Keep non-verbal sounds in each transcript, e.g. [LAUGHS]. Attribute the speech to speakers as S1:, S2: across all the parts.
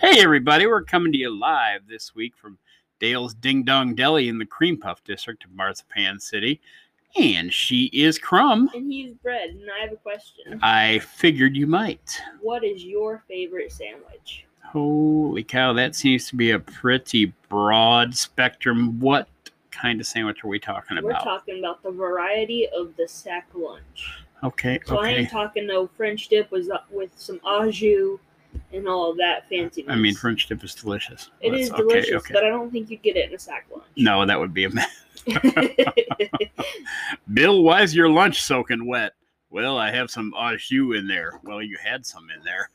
S1: Hey, everybody, we're coming to you live this week from Dale's Ding Dong Deli in the Cream Puff District of Marzipan City. And she is Crumb.
S2: And he's bread. And I have a question.
S1: I figured you might.
S2: What is your favorite sandwich?
S1: Holy cow, that seems to be a pretty broad spectrum. What kind of sandwich are we talking
S2: We're
S1: about?
S2: talking about the variety of the sack lunch.
S1: okay,
S2: So I
S1: okay.
S2: ain't talking no French dip with with some au jus and all that fancy.
S1: I mean, French dip is delicious.
S2: it
S1: That's-
S2: is
S1: okay,
S2: delicious,
S1: okay.
S2: but I don't think you'd get it in a sack lunch. [LAUGHS]
S1: No, [LAUGHS] that would be a mess. Bill, why's your lunch soaking wet? Well, I have some au jus in there. Well, you had some in there.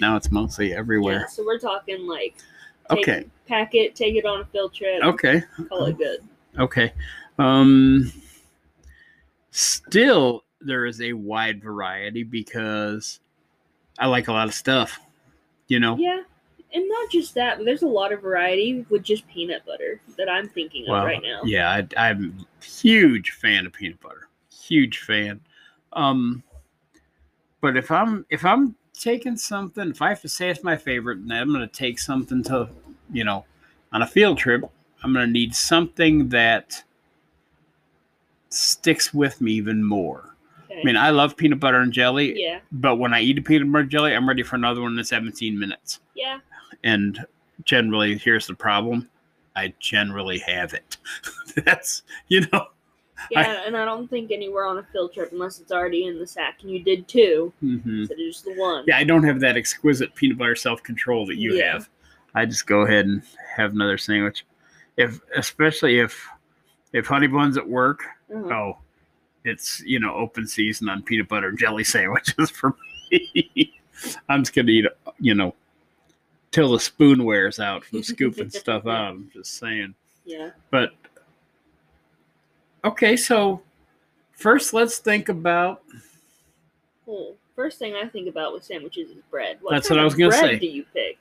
S1: Now it's mostly
S2: yeah,
S1: everywhere.
S2: so we're talking like take,
S1: Okay,
S2: pack it, take it on a field trip,
S1: okay.
S2: call it good.
S1: Okay. Um still there is a wide variety because I like a lot of stuff. You know?
S2: Yeah, and not just that, but there's a lot of variety with just peanut butter that I'm thinking
S1: Well,
S2: of right now.
S1: Yeah, I I'm a huge fan of peanut butter. Huge fan. Um but if I'm if I'm taking something, if I have to say it's my favorite, then I'm gonna take something to you know, on a field trip, I'm gonna need something that sticks with me even more.
S2: Okay.
S1: I mean, I love peanut butter and jelly,
S2: yeah,
S1: but when I eat a peanut butter jelly, I'm ready for another one in 17 minutes.
S2: yeah,
S1: And generally, here's the problem I generally have it. [LAUGHS] That's, you know,
S2: yeah, and I don't think anywhere on a field trip unless it's already in the sack, and you did two
S1: mhm.
S2: instead of just the one.
S1: yeah, I don't have that exquisite peanut butter self control that you
S2: Yeah.
S1: have. I just go ahead and have another sandwich. If, especially if, if honey buns at work,
S2: Uh-huh.
S1: oh, it's you know open season on peanut butter and jelly [LAUGHS] sandwiches for me. [LAUGHS] I'm just gonna eat you know till the spoon wears out from scooping stuff out. I'm just saying.
S2: yeah.
S1: But okay, so first let's think about
S2: Well, first thing I think about with sandwiches is bread. What
S1: That's
S2: kind
S1: what I
S2: of
S1: was gonna
S2: bread
S1: say.
S2: Do you pick?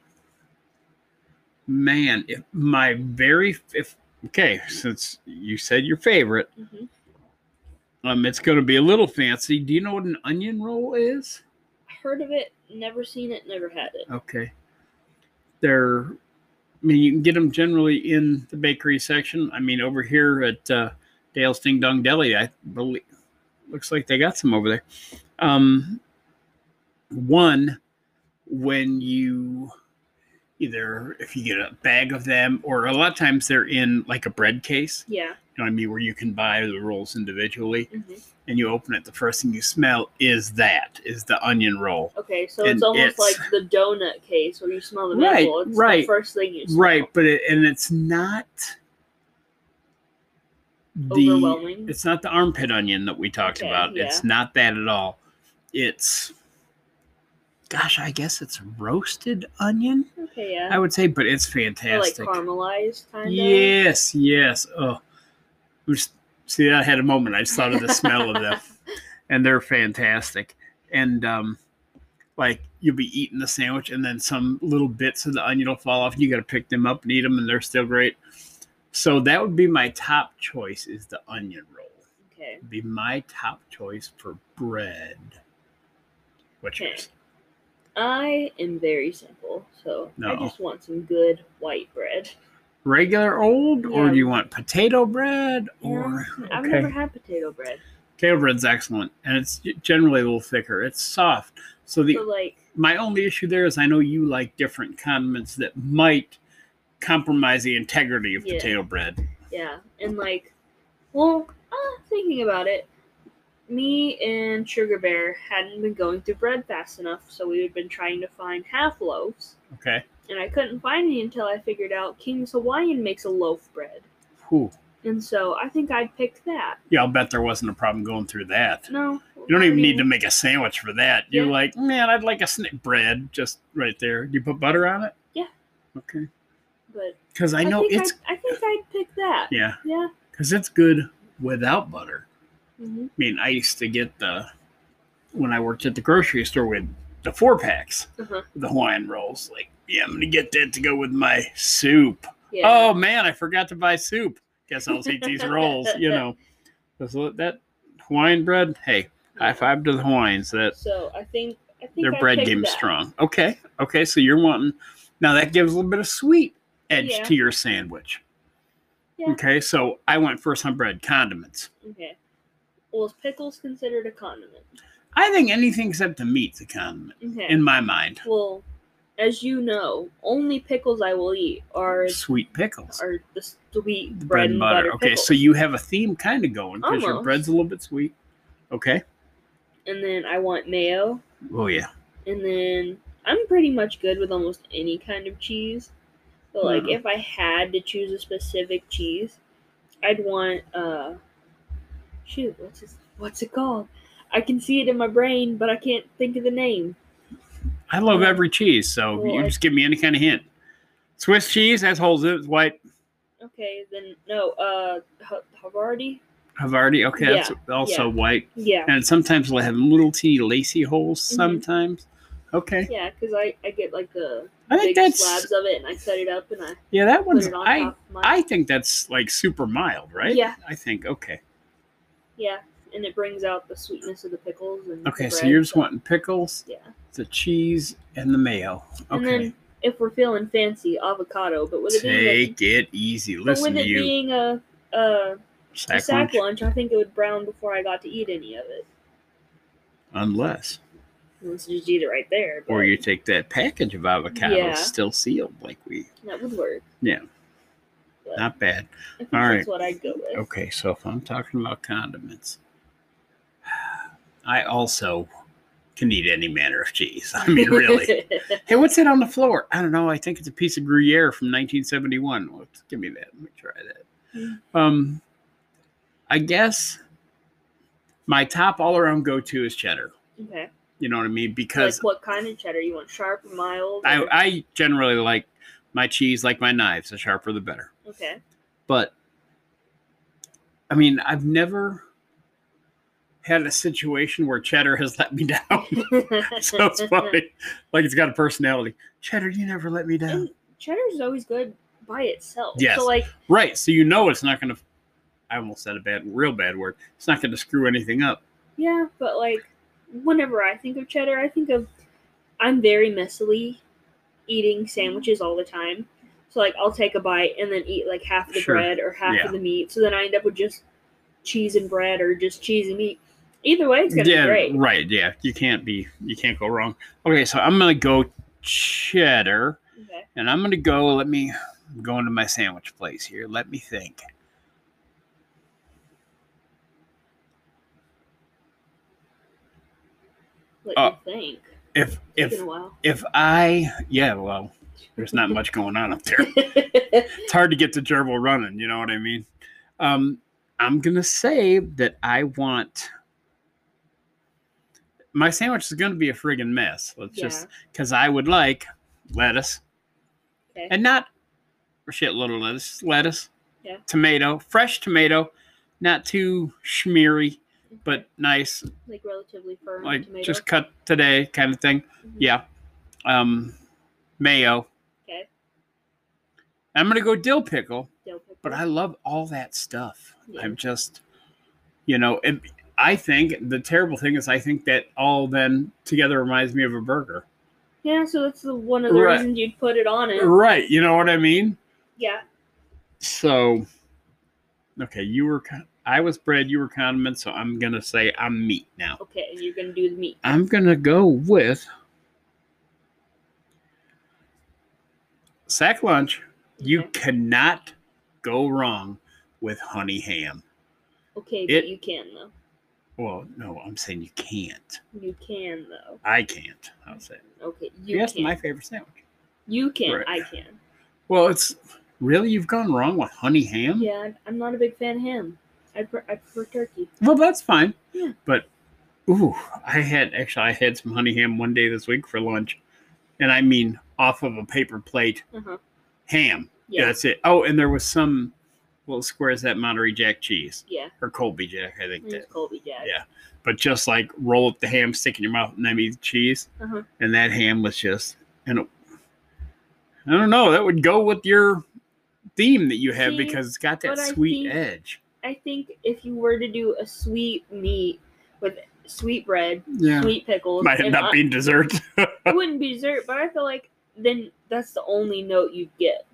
S1: man. If my very if okay, since you said your favorite,
S2: Mhm.
S1: um, it's gonna be a little fancy. Do you know what an onion roll is?
S2: I heard of it, never seen it, never had it.
S1: Okay. They're, I mean, you can get them generally in the bakery section. I mean, over here at uh, Dale's Ding Dong Deli, I believe, looks like they got some over there. Um, one, when you either if you get a bag of them, or a lot of times they're in like a bread case,
S2: Yeah.
S1: you know what I mean, where you can buy the rolls individually
S2: hmm
S1: and you open it. The first thing you smell is that, is the onion roll.
S2: Okay, so
S1: And
S2: it's almost
S1: it's-
S2: like the donut case where you smell the
S1: Right,
S2: apple. It's
S1: right,
S2: the first thing you smell.
S1: right but it, and it's not the
S2: Overwhelming.
S1: it's not the armpit onion that we talked
S2: Okay,
S1: about it's not that at all it's gosh i guess it's roasted onion
S2: okay, yeah.
S1: i would say but it's
S2: Or like
S1: fantastic
S2: caramelized kind of.
S1: yes yes oh I'm just- see i had a moment i just thought of the smell of them and they're fantastic and um like you'll be eating the sandwich and then some little bits of the onion will fall off and you got to pick them up and eat them and they're still great so that would be my top choice is the onion roll
S2: Okay.
S1: It'd be my top choice for bread what's
S2: Okay.
S1: yours
S2: I am very simple, so I
S1: No.
S2: just want some good white bread.
S1: regular old or
S2: Yeah.
S1: do you want potato bread
S2: Yeah,
S1: or
S2: I've never had potato bread.
S1: potato bread's excellent and it's generally a little thicker it's soft so the
S2: So like
S1: my only issue there is I know you like different condiments that might compromise the integrity of
S2: Yeah.
S1: potato bread.
S2: yeah, and like well, uh, thinking about it, me and Sugar Bear hadn't been going through bread fast enough, so we had been trying to find half loaves.
S1: Okay.
S2: and I couldn't find any until I figured out King's Hawaiian makes a loaf bread.
S1: Whew.
S2: And so I think I'd pick that.
S1: Yeah, I'll bet there wasn't a problem going through that.
S2: No.
S1: You don't even need to make a sandwich for that. You're
S2: Yeah.
S1: like, man, I'd like a snick bread just right there. You put butter on it?
S2: Yeah.
S1: Okay.
S2: But
S1: Because I
S2: I
S1: know
S2: think
S1: it's
S2: I'd, I think I'd pick that.
S1: yeah,
S2: Yeah.
S1: because it's good without butter.
S2: hmm
S1: I mean, I used to get the when I worked at the grocery store with the four packs,
S2: Uh-huh.
S1: the Hawaiian rolls. Like, yeah, I'm gonna get that to go with my soup.
S2: Yeah.
S1: oh man, I forgot to buy soup. Guess I'll eat these rolls, you
S2: [LAUGHS]
S1: know. That's what- that Hawaiian bread, hey, high five to the Hawaiians. That
S2: So Uh-huh. I think I think
S1: their
S2: I'd
S1: bread
S2: pick
S1: game's
S2: that.
S1: strong. Okay, okay, so you're wanting Now that gives a little bit of sweet edge
S2: Yeah.
S1: to your sandwich.
S2: Yeah.
S1: Okay, so I went first on bread condiments.
S2: Okay. Well, is pickles considered a condiment?
S1: I think anything except the meat's a condiment
S2: Okay.
S1: in my mind.
S2: well, as you know, only pickles I will eat are
S1: Sweet pickles,
S2: are the sweet
S1: the
S2: bread, and butter.
S1: Okay,
S2: pickles.
S1: so you have a theme kind of going because your
S2: Almost.
S1: bread's a little bit sweet. Okay.
S2: and then I want mayo,
S1: Oh yeah.
S2: and then I'm pretty much good with almost any kind of cheese. But like,
S1: Mhm.
S2: if I had to choose a specific cheese, I'd want uh, shoot, what's it, what's it called? I can see it in my brain, but I can't think of the name.
S1: I love every cheese, so
S2: Well,
S1: you
S2: I-
S1: just give me any kind of hint. Swiss cheese, assholes, it's white.
S2: Okay, then no, uh, Ha- Havarti.
S1: Havarti, okay, that's also
S2: yeah.
S1: white.
S2: Yeah,
S1: And sometimes we'll have little teeny lacy holes
S2: Mm-hmm.
S1: sometimes. Okay.
S2: yeah, because I I get like the
S1: I think
S2: big
S1: that's
S2: slabs of it, and I cut it up and I
S1: yeah, that
S2: put
S1: one's
S2: it on
S1: I
S2: top of mine.
S1: I think that's like super mild, right?
S2: Yeah.
S1: I think okay.
S2: Yeah, and it brings out the sweetness of the pickles and the
S1: Okay, so
S2: bread,
S1: you're just wanting pickles,
S2: yeah.
S1: the cheese, and the mayo.
S2: And
S1: Okay.
S2: then if we're feeling fancy, avocado. But with it being
S1: Take it easy.
S2: a,
S1: Listen
S2: but with
S1: to
S2: it
S1: you.
S2: being a, a, a
S1: Sack
S2: sack
S1: lunch.
S2: lunch, I think it would brown before I got to eat any of it.
S1: Unless.
S2: Let's just eat it right there. But
S1: Or you take that package of avocados
S2: Yeah.
S1: still sealed like we
S2: that would work. But
S1: not bad.
S2: I think
S1: all
S2: that's
S1: right.
S2: what I'd go with.
S1: Okay, [LAUGHS] so if I'm talking about condiments, I also can eat any manner of cheese. [LAUGHS] I mean,
S2: [LAUGHS]
S1: really. hey, what's it on the floor? I don't know. I think it's a piece of Gruyere from 1971. Well, let's- give me that. Let me try
S2: Mm.
S1: that. Um, I guess my top all around go to is cheddar.
S2: okay.
S1: You know what I mean? Because
S2: Like what kind of cheddar you want? Sharp, mild.
S1: I,
S2: or-
S1: I generally like my cheese, like my knives, the sharper the better.
S2: okay.
S1: but I mean, I've never had a situation where cheddar has let me [LAUGHS] down. [LAUGHS] so
S2: [LAUGHS]
S1: it's funny. Like it's got a personality. Cheddar, you never let me down.
S2: And cheddar is always good by itself.
S1: Yes.
S2: So like
S1: Right. So you know it's not gonna I almost said a bad real bad word. It's not gonna screw anything up.
S2: Yeah, but like whenever I think of cheddar, I think of I'm very messily eating sandwiches all the time. So like I'll take a bite and then eat like half the
S1: Sure.
S2: bread or half
S1: Yeah.
S2: of the meat. So then I end up with just cheese and bread or just cheese and meat. Either way, it's gonna
S1: yeah,
S2: be great.
S1: right, yeah. You can't be you can't go wrong. Okay, so I'm gonna go cheddar.
S2: Okay.
S1: And I'm gonna go. Let me go into my sandwich place here. Let me think.
S2: What
S1: Uh,
S2: you think?
S1: If
S2: it's
S1: if
S2: been a while.
S1: if I yeah, well, there's
S2: [LAUGHS]
S1: not much going on up there. It's hard to get the gerbil running. You know what I mean? Um, I'm gonna say that I want my sandwich is gonna be a friggin' mess. Let's just because I would like lettuce
S2: Okay.
S1: and not a shitload of lettuce, lettuce,
S2: Yeah.
S1: tomato, fresh tomato, not too schmeary, but nice
S2: like relatively firm
S1: like
S2: tomato.
S1: just cut today kind of thing.
S2: Mhm.
S1: Yeah. Um mayo.
S2: Okay.
S1: I'm gonna go dill pickle,
S2: Dill pickle.
S1: but I love all that stuff.
S2: Yeah.
S1: I'm just you know, it, I think the terrible thing is I think that all then together reminds me of a burger.
S2: yeah, so that's the one of the
S1: Right.
S2: reasons you'd put it on it.
S1: Right, you know what I mean?
S2: Yeah.
S1: So okay, you were con- I was bread, you were condiment, so I'm gonna say I'm meat now.
S2: Okay, and you're gonna do the meat.
S1: I'm gonna go with sack lunch. You
S2: Okay.
S1: cannot go wrong with honey ham.
S2: Okay,
S1: It-
S2: but you can though.
S1: Well, no, I'm saying you can't.
S2: You can though.
S1: I can't. I'll say.
S2: Okay, you
S1: Yes,
S2: can.
S1: my favorite sandwich.
S2: you can.
S1: Right.
S2: I can.
S1: Well, it's really you've gone wrong with honey ham.
S2: Yeah, I'm- I'm not a big fan of ham. I, pre- I prefer turkey.
S1: Well, that's fine.
S2: Yeah.
S1: But ooh, I had actually I had some honey ham one day this week for lunch, and I mean off of a paper plate
S2: Uh huh.
S1: ham. Yeah.
S2: Yeah.
S1: that's it. Oh, and there was some little squares that Monterey Jack cheese
S2: Yeah.
S1: or Colby Jack, I think that.
S2: It's Colby Jack.
S1: Yeah. But just like roll up the ham, stick it in your mouth, and then eat the cheese.
S2: Uh-huh.
S1: And that ham was just, and it- I don't know, that would go with your theme that you have
S2: See,
S1: because it's got that
S2: but I
S1: sweet
S2: think-
S1: edge.
S2: I think if you were to do a sweet meat with sweet bread,
S1: Yeah,
S2: sweet pickles,
S1: might end
S2: and
S1: up
S2: I- [LAUGHS]
S1: being dessert.
S2: it wouldn't be dessert, but I feel like then that's the only note you get.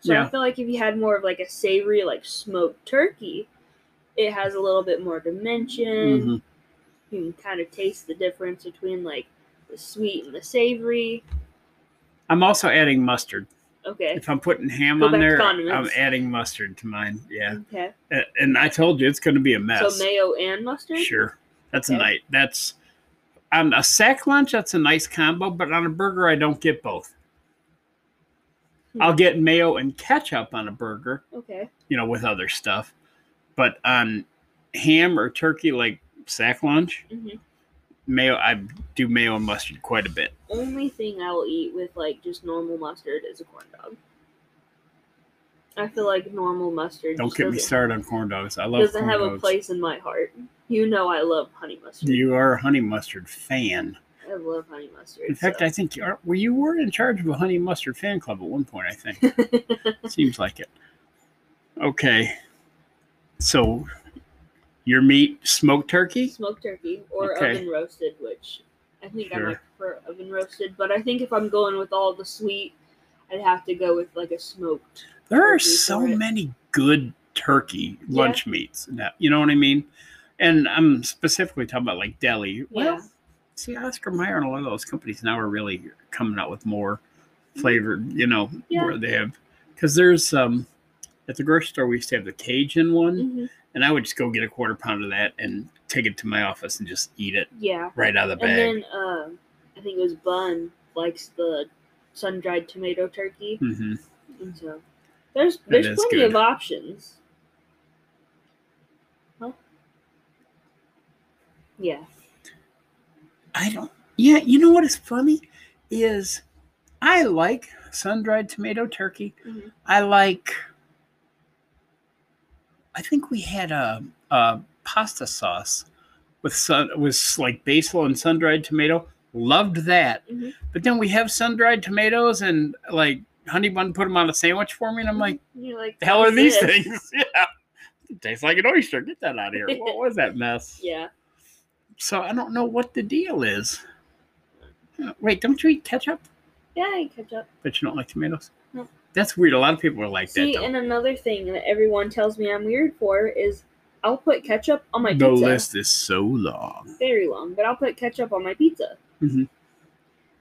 S2: So I
S1: Yeah.
S2: feel like if you had more of like a savory, like smoked turkey, it has a little bit more dimension.
S1: Mhm.
S2: You can kind of taste the difference between like the sweet and the savory.
S1: I'm also adding mustard.
S2: Okay.
S1: If I'm putting ham
S2: Go
S1: on
S2: back to
S1: there, I'm
S2: condiments.
S1: adding mustard to mine. Yeah,
S2: Okay.
S1: A- and I told you it's going to be a mess.
S2: So mayo and mustard?
S1: Sure, that's a
S2: Okay.
S1: night. That's on a sack lunch. That's a nice combo. But on a burger, I don't get both.
S2: Hmm.
S1: I'll get mayo and ketchup on a burger,
S2: Okay.
S1: you know, with other stuff. But on ham or turkey, like sack lunch,
S2: Mhm.
S1: mayo, I do mayo and mustard quite a bit.
S2: Only thing I will eat with like just normal mustard is a corn dog. I feel like normal mustard
S1: Don't
S2: just
S1: get me
S2: doesn't-
S1: started on corn dogs. I love
S2: doesn't
S1: corn
S2: have
S1: dogs.
S2: a place in my heart. You know I love honey mustard.
S1: You are a honey mustard fan.
S2: I love honey mustard.
S1: In fact,
S2: so-
S1: I think you are. Well, you were in charge of a honey mustard fan club at one point. I think seems like it. Okay, so your meat smoked turkey.
S2: smoked turkey or
S1: Okay.
S2: oven roasted, which I think I might
S1: Sure.
S2: prefer oven roasted. But I think if I'm going with all the sweet, I'd have to go with like a smoked.
S1: There are
S2: Turkey
S1: so
S2: for it.
S1: many good turkey
S2: Yeah.
S1: lunch meats. Now, you know what I mean. And I'm specifically talking about like deli. Well,
S2: Yeah.
S1: see, Oscar Mayer and a lot of those companies now are really coming out with more flavored. You know,
S2: Mm-hmm. Yeah.
S1: where they have because there's um at the grocery store we used to have the Cajun one.
S2: hmm
S1: and I would just go get a quarter pound of that and take it to my office and just eat it
S2: Yeah.
S1: right out of the bag.
S2: And then um, I think it was Bun likes the sun dried tomato turkey.
S1: Mhm.
S2: And so there's there's
S1: is
S2: plenty
S1: good.
S2: of options. Huh? Yeah.
S1: I don't. Yeah, you know what is funny is I like sun-dried tomato turkey.
S2: Mhm.
S1: I like. I think we had a, a pasta sauce with sun was like basil and sun-dried tomato. Loved that,
S2: Mhm.
S1: but then we have sun-dried tomatoes and like honey bun put them on a sandwich for me, and I'm like.
S2: You're like
S1: the hell are
S2: "What's
S1: these
S2: this?"
S1: things? [LAUGHS] Yeah. Tastes like an oyster. Get that out of here. What was that mess?
S2: [LAUGHS] Yeah.
S1: So I don't know what the deal is. Uh, Wait, don't you eat ketchup?
S2: Yeah, I catch up.
S1: But you don't like tomatoes?
S2: No.
S1: That's weird. A lot of people are like
S2: See,
S1: that. Though.
S2: and another thing that everyone tells me I'm weird for is I'll put ketchup on my
S1: The
S2: pizza.
S1: list is so long.
S2: Very long, but I'll put ketchup on my pizza.
S1: Mhm.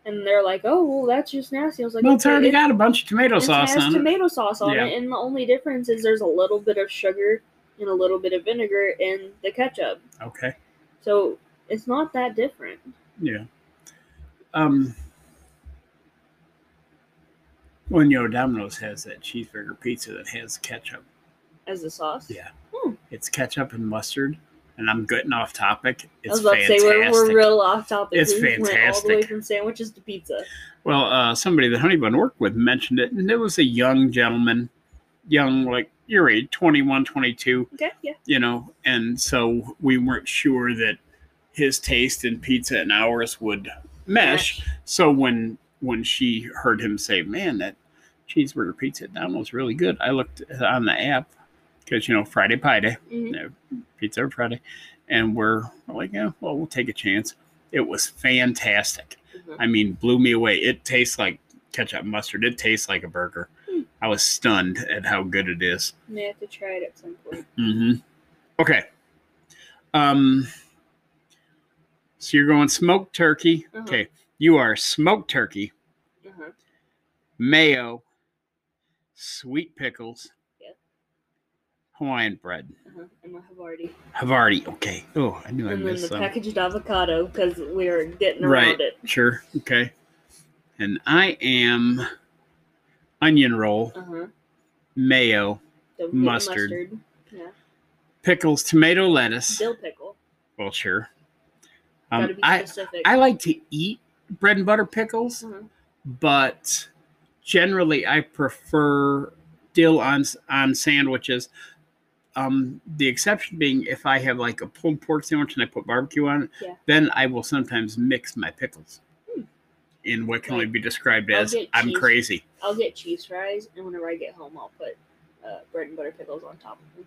S2: And they're like, "Oh, well, that's just nasty." I was like,
S1: well, it's
S2: "Okay,
S1: already
S2: it-
S1: got a bunch of tomato
S2: it
S1: sauce
S2: has
S1: on it.
S2: tomato sauce on
S1: Yeah.
S2: it, and the only difference is there's a little bit of sugar and a little bit of vinegar in the ketchup,
S1: Okay.
S2: so it's not that different."
S1: Yeah. Um. When you know Domino's has that cheeseburger pizza that has ketchup.
S2: As a sauce,
S1: Yeah.
S2: Hmm.
S1: It's ketchup and mustard, and I'm getting off topic.
S2: I
S1: It's
S2: was about
S1: fantastic.
S2: to say we're, we're real off topic.
S1: It's
S2: we Went all the way
S1: fantastic.
S2: from sandwiches to pizza.
S1: well, uh, somebody that Honey Bun worked with mentioned it, and it was a young gentleman, young like your age, 21, 22,
S2: Okay, yeah,
S1: you know, and so we weren't sure that his taste in pizza and ours would mesh. So when when she heard him say, "Man, that cheeseburger pizza at Domino's really good," I looked on the app because you know Friday Pie Day.
S2: Mhm.
S1: pizza every Friday, and we're like, yeah, well, we'll take a chance. It was fantastic.
S2: Mhm.
S1: I mean, blew me away. It tastes like ketchup and mustard. It tastes like a burger.
S2: Hmm.
S1: I was stunned at how good it is.
S2: May have to try it at some point.
S1: Mm-hmm. Okay. Um. So you're going smoked turkey.
S2: Uh-huh.
S1: Okay, you are smoked turkey,
S2: Uh-huh.
S1: mayo, sweet pickles,
S2: Yeah.
S1: Hawaiian bread,
S2: Uh-huh. And my Havarti.
S1: Havarti. Okay. Oh, I knew I
S2: and then the
S1: missed some.
S2: packaged avocado because we were getting around
S1: Right.
S2: it.
S1: Sure. Okay. And I am onion roll,
S2: Uh-huh.
S1: mayo,
S2: Don't forget
S1: Mustard.
S2: mustard.
S1: pickles, tomato, lettuce.
S2: Dill pickle.
S1: Well, sure.
S2: Gotta
S1: Um,
S2: be
S1: I
S2: specific.
S1: I like to eat bread and butter pickles,
S2: uh-huh.
S1: but generally I prefer dill on s- on sandwiches. Um, the exception being if I have like a pulled pork sandwich and I put barbecue on it,
S2: Yeah.
S1: then I will sometimes mix my pickles
S2: Hmm.
S1: in what can only
S2: Like,
S1: be described
S2: I'll
S1: as
S2: get
S1: I'm
S2: cheese-
S1: crazy.
S2: I'll get cheese fries, and whenever I get home, I'll put uh, bread and butter pickles on top of them.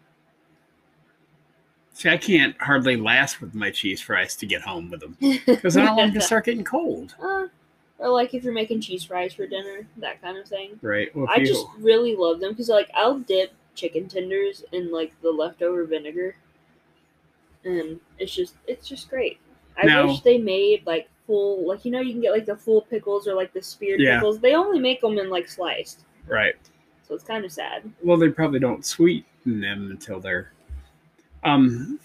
S1: See, I can't
S2: [LAUGHS]
S1: hardly last with my cheese fries to get home with them because I don't want them to start getting cold.
S2: uh, Or like if you're making cheese fries for dinner, that kind of thing.
S1: right? Well, if
S2: I
S1: you-
S2: just really love them because like I'll dip chicken tenders in like the leftover vinegar, and it's just it's just great. I
S1: Now-
S2: wish they made like full like you know you can get like the full pickles or like the speared
S1: Yeah.
S2: pickles. They only make them in like sliced,
S1: right.
S2: so it's kind of sad.
S1: Well, they probably don't sweeten them until they're. Um,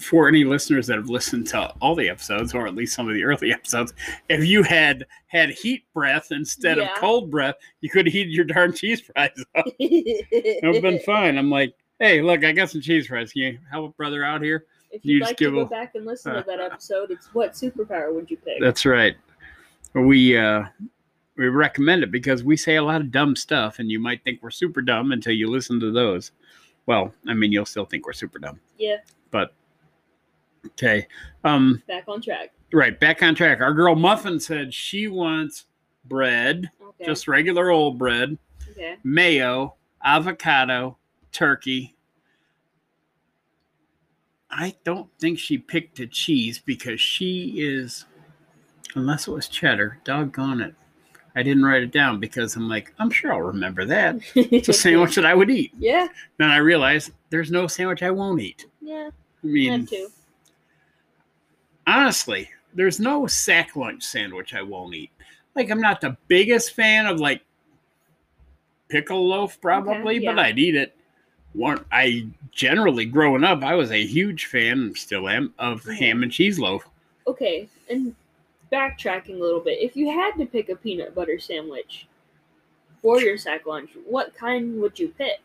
S1: for any listeners that have listened to all the episodes, or at least some of the early [LAUGHS] episodes, if you had had heat breath instead
S2: Yeah.
S1: of cold breath, you could heat your darn cheese fries [LAUGHS] up. It would have
S2: [LAUGHS]
S1: been fun. I'm like, hey, look, I got some cheese fries. Can you help a brother out here?
S2: If
S1: You
S2: you'd
S1: just
S2: like to
S1: give
S2: go
S1: a-
S2: back and listen to
S1: [LAUGHS]
S2: that episode, it's what superpower would you pick?
S1: That's right. We uh we recommend it because we say a lot of dumb stuff and you might think we're super dumb until you listen to those. Well, I mean you'll still think we're super dumb.
S2: Yeah,
S1: Okay. Um
S2: back on track.
S1: right, back on track. Our girl Muffin said she wants bread,
S2: Okay.
S1: just regular old bread, [LAUGHS]
S2: okay.
S1: mayo, avocado, turkey. I don't think she picked a cheese because she is, unless it was cheddar, doggone it. I didn't write it down because I'm like, I'm sure I'll remember that. It's a
S2: [LAUGHS]
S1: sandwich that I would eat.
S2: Yeah.
S1: Then I realized there's no sandwich I won't eat.
S2: Yeah.
S1: I
S2: I
S1: mean,
S2: have two.
S1: honestly, there's no sack lunch sandwich I won't eat. Like I'm not the biggest fan of like pickle loaf probably, but
S2: yeah.
S1: I'd eat it. One I generally growing up, I was a huge fan, still am, of
S2: Yeah.
S1: ham and cheese loaf.
S2: okay, and backtracking a little bit, if you had to pick a peanut butter sandwich for your sack lunch, what kind would you pick?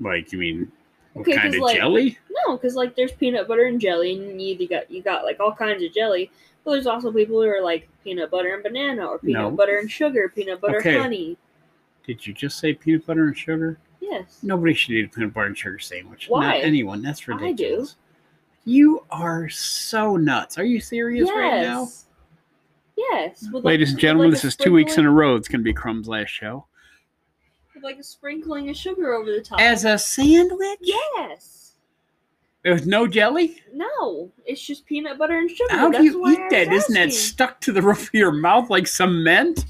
S1: Like you mean what
S2: Okay, 'cause,
S1: kind of
S2: like-
S1: jelly?
S2: No, because like there's peanut butter and jelly, and you either got you got like all kinds of jelly. But there's also people who are like peanut butter and banana, or peanut
S1: No.
S2: butter and sugar, peanut butter
S1: Okay.
S2: honey.
S1: Did you just say peanut butter and sugar?
S2: Yes,
S1: Nobody should eat a peanut butter and sugar sandwich.
S2: Why?
S1: Not anyone. That's
S2: I do.
S1: ridiculous. You are so nuts. Are you serious
S2: yes,
S1: right now?
S2: yes. With, like,
S1: Ladies and
S2: with,
S1: gentlemen,
S2: like,
S1: this
S2: a
S1: is two weeks in
S2: sprinkling-
S1: a row. It's going to be Crumb's last show.
S2: with, like a sprinkling of sugar over the top.
S1: As a sandwich?
S2: yes.
S1: With no jelly?
S2: No, it's just peanut butter and sugar.
S1: How do
S2: That's
S1: you
S2: why
S1: eat
S2: I
S1: that?
S2: was
S1: Isn't that
S2: asking.
S1: stuck to the [LAUGHS] roof of your mouth like cement?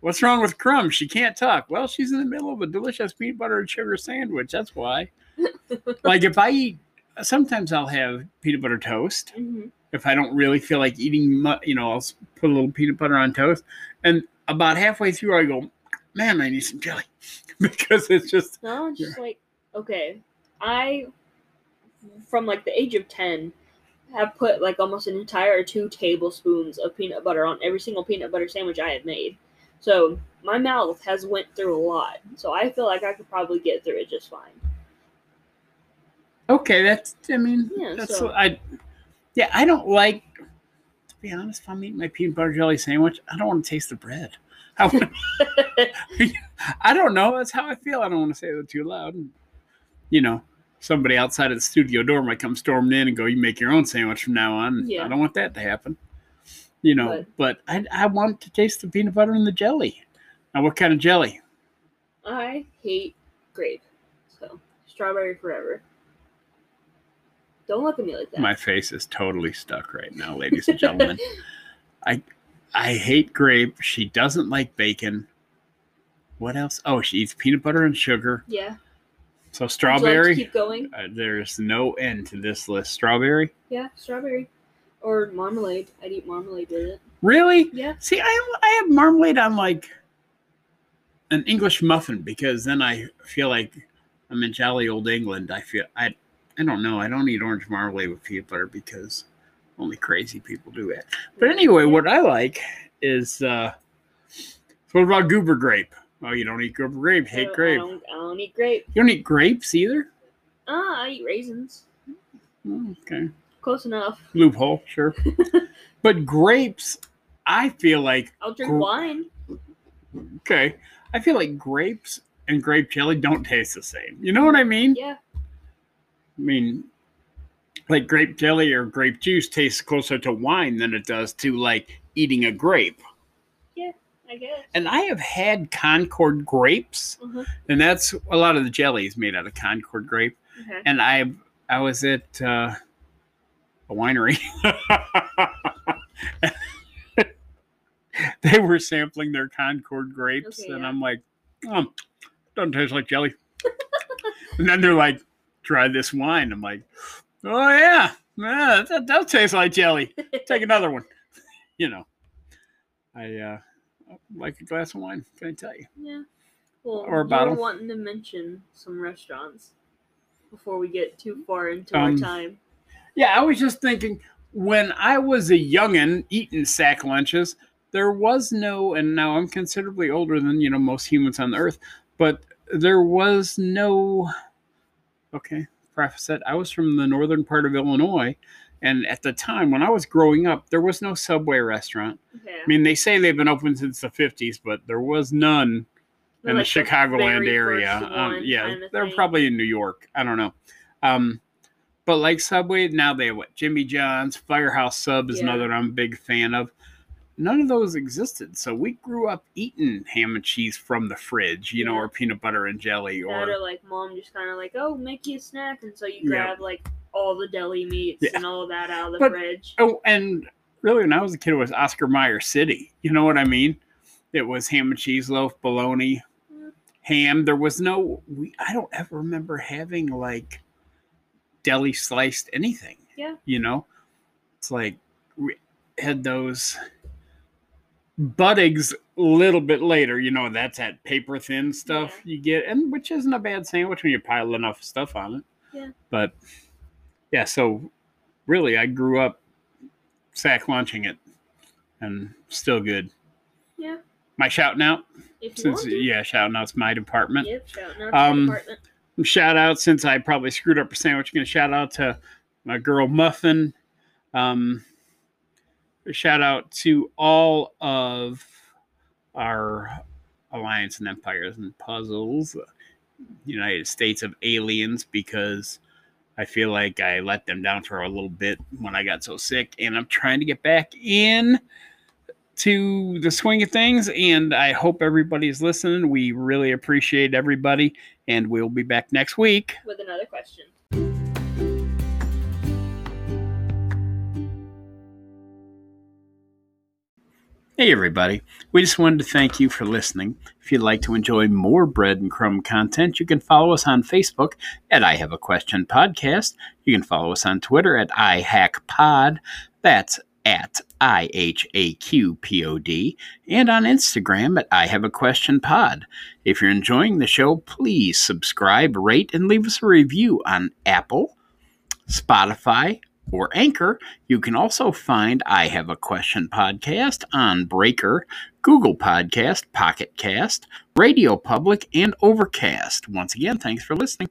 S1: What's wrong with Crumbs? She can't talk. Well, she's in the middle of a delicious peanut butter and sugar sandwich. That's why. [LAUGHS] like if I eat, sometimes I'll have peanut butter toast
S2: Mhm.
S1: if I don't really feel like eating. mu- You know, I'll s- put a little peanut butter on toast, and about halfway through, I go, "Man, I need some jelly," [LAUGHS] because it's just
S2: No, it's just like okay, I from like the age of ten have put like almost an entire two tablespoons of peanut butter on every single peanut butter sandwich I have made. So my mouth has went through a lot. So I feel like I could probably get through it just fine.
S1: Okay, that's. I mean,
S2: Yeah,
S1: that's.
S2: so-
S1: I. Yeah, I don't like. To be honest, if I'm eating my peanut butter jelly sandwich, I don't want to taste the bread. I,
S2: [LAUGHS]
S1: wanna- [LAUGHS] I don't know. That's how I feel. I don't want to say it too loud. And, you know, somebody outside of the studio door might come storming in and go, "You make your own sandwich from now on."
S2: Yeah.
S1: I don't want that to happen. You know, but, I, I want to taste the peanut butter and the jelly. Now, what kind of jelly?
S2: I hate grape. So strawberry forever. Don't look at me like that.
S1: My face is totally stuck right now, ladies and gentlemen.
S2: [LAUGHS]
S1: I I hate grape. She doesn't like bacon. What else? Oh, she eats peanut butter and sugar.
S2: yeah.
S1: So
S2: Would you like to
S1: strawberry.
S2: keep going.
S1: uh, there's no end to this list. Strawberry.
S2: Yeah, strawberry. Or marmalade. I'd eat marmalade with it.
S1: Really?
S2: Yeah.
S1: See, I I have marmalade on like an English muffin because then I feel like I'm in jolly old England. I feel I I don't know. I don't eat orange marmalade with peanut butter because only crazy people do it. But anyway, what I like is uh so what about goober grape? Oh, you don't eat goober grape.
S2: I
S1: Hate
S2: don't-
S1: grape.
S2: I
S1: You
S2: don't, I don't eat grape.
S1: don't eat grapes either.
S2: Ah, I eat raisins.
S1: Oh, okay,
S2: Close enough.
S1: loophole, sure. but grapes, I feel like
S2: I'll drink
S1: Gr-
S2: wine.
S1: okay. I feel like grapes and grape jelly don't taste the same. You know what I mean?
S2: Yeah.
S1: I mean, like grape jelly or grape juice tastes closer to wine than it does to like eating a grape.
S2: I guess.
S1: And I have had Concord grapes,
S2: Mhm.
S1: and that's a lot of the
S2: Mm-hmm.
S1: jelly is made out of Concord grape.
S2: Okay.
S1: and I I was at uh, a winery. [LAUGHS] they were sampling their Concord grapes,
S2: Okay,
S1: and
S2: yeah.
S1: I'm like, oh, doesn't taste like jelly. [LAUGHS] and then they're like, try this wine. I'm like, oh yeah, yeah that does taste like jelly. Take another one. [LAUGHS] you know, I uh, like a glass of wine. Can I tell you?
S2: Yeah. Well,
S1: Or a
S2: you were
S1: bottle.
S2: wanting to mention some restaurants before we get too far into our
S1: Um,
S2: time.
S1: Yeah, I was just thinking when I was a youngin eating sack lunches, there was no, and now I'm considerably older than you know most humans on the earth, but there was no. Okay, preface that I was from the northern part of Illinois, and at the time when I was growing up, there was no Subway restaurant.
S2: Okay.
S1: I mean, they say they've been open since the 50s, but there was none in the Chicagoland area. Um, yeah, they're probably in New York. I don't know. Um, but like Subway, now they have what? Jimmy John's, Firehouse Sub is
S2: Yeah.
S1: another I'm a big fan of. None of those existed. So we grew up eating ham and cheese from the fridge, you know,
S2: Yeah.
S1: or peanut butter and jelly,
S2: Or
S1: or
S2: like mom just kind of like, oh, make you a snack, and so you
S1: Yeah.
S2: grab like all the deli meats
S1: Yeah.
S2: and all that out of the
S1: But-
S2: fridge.
S1: oh, and really when I was a kid, it was Oscar Mayer City. You know what I mean? It was ham and cheese loaf, bologna,
S2: Mm.
S1: ham. There was no. We, I don't ever remember having like deli sliced anything.
S2: Yeah.
S1: You know, it's like we had those buttings a little bit later. You know, that's that paper thin stuff you get, and which isn't a bad sandwich when you pile enough stuff on it.
S2: Yeah.
S1: But yeah, so really, I grew up sack launching it, and still good.
S2: Yeah,
S1: My shouting out
S2: if you
S1: since
S2: want to.
S1: yeah, shouting out's my department.
S2: Yep, shouting out to
S1: Um,
S2: the department.
S1: Shout out since I probably screwed up a sandwich. Going to shout out to my girl Muffin. Um, shout out to all of our alliance and empires and puzzles, uh, United States of Aliens, because I feel like I let them down for a little bit when I got so sick, and I'm trying to get back in to the swing of things. And I hope everybody's listening. We really appreciate everybody, and we'll be back next week.
S2: With another question.
S1: Hey, everybody. We just wanted to thank you for listening. If you'd like to enjoy more bread and crumb content, you can follow us on Facebook at I Have a Question Podcast. You can follow us on Twitter at iHackPod. That's at I H A Q P O D. And on Instagram at I Have a Question Pod. If you're enjoying the show, please subscribe, rate, and leave us a review on Apple, Spotify, or Anchor. You can also find I Have a Question podcast on Breaker, Google Podcast, Pocket Cast, Radio Public, and Overcast. Once again, thanks for listening.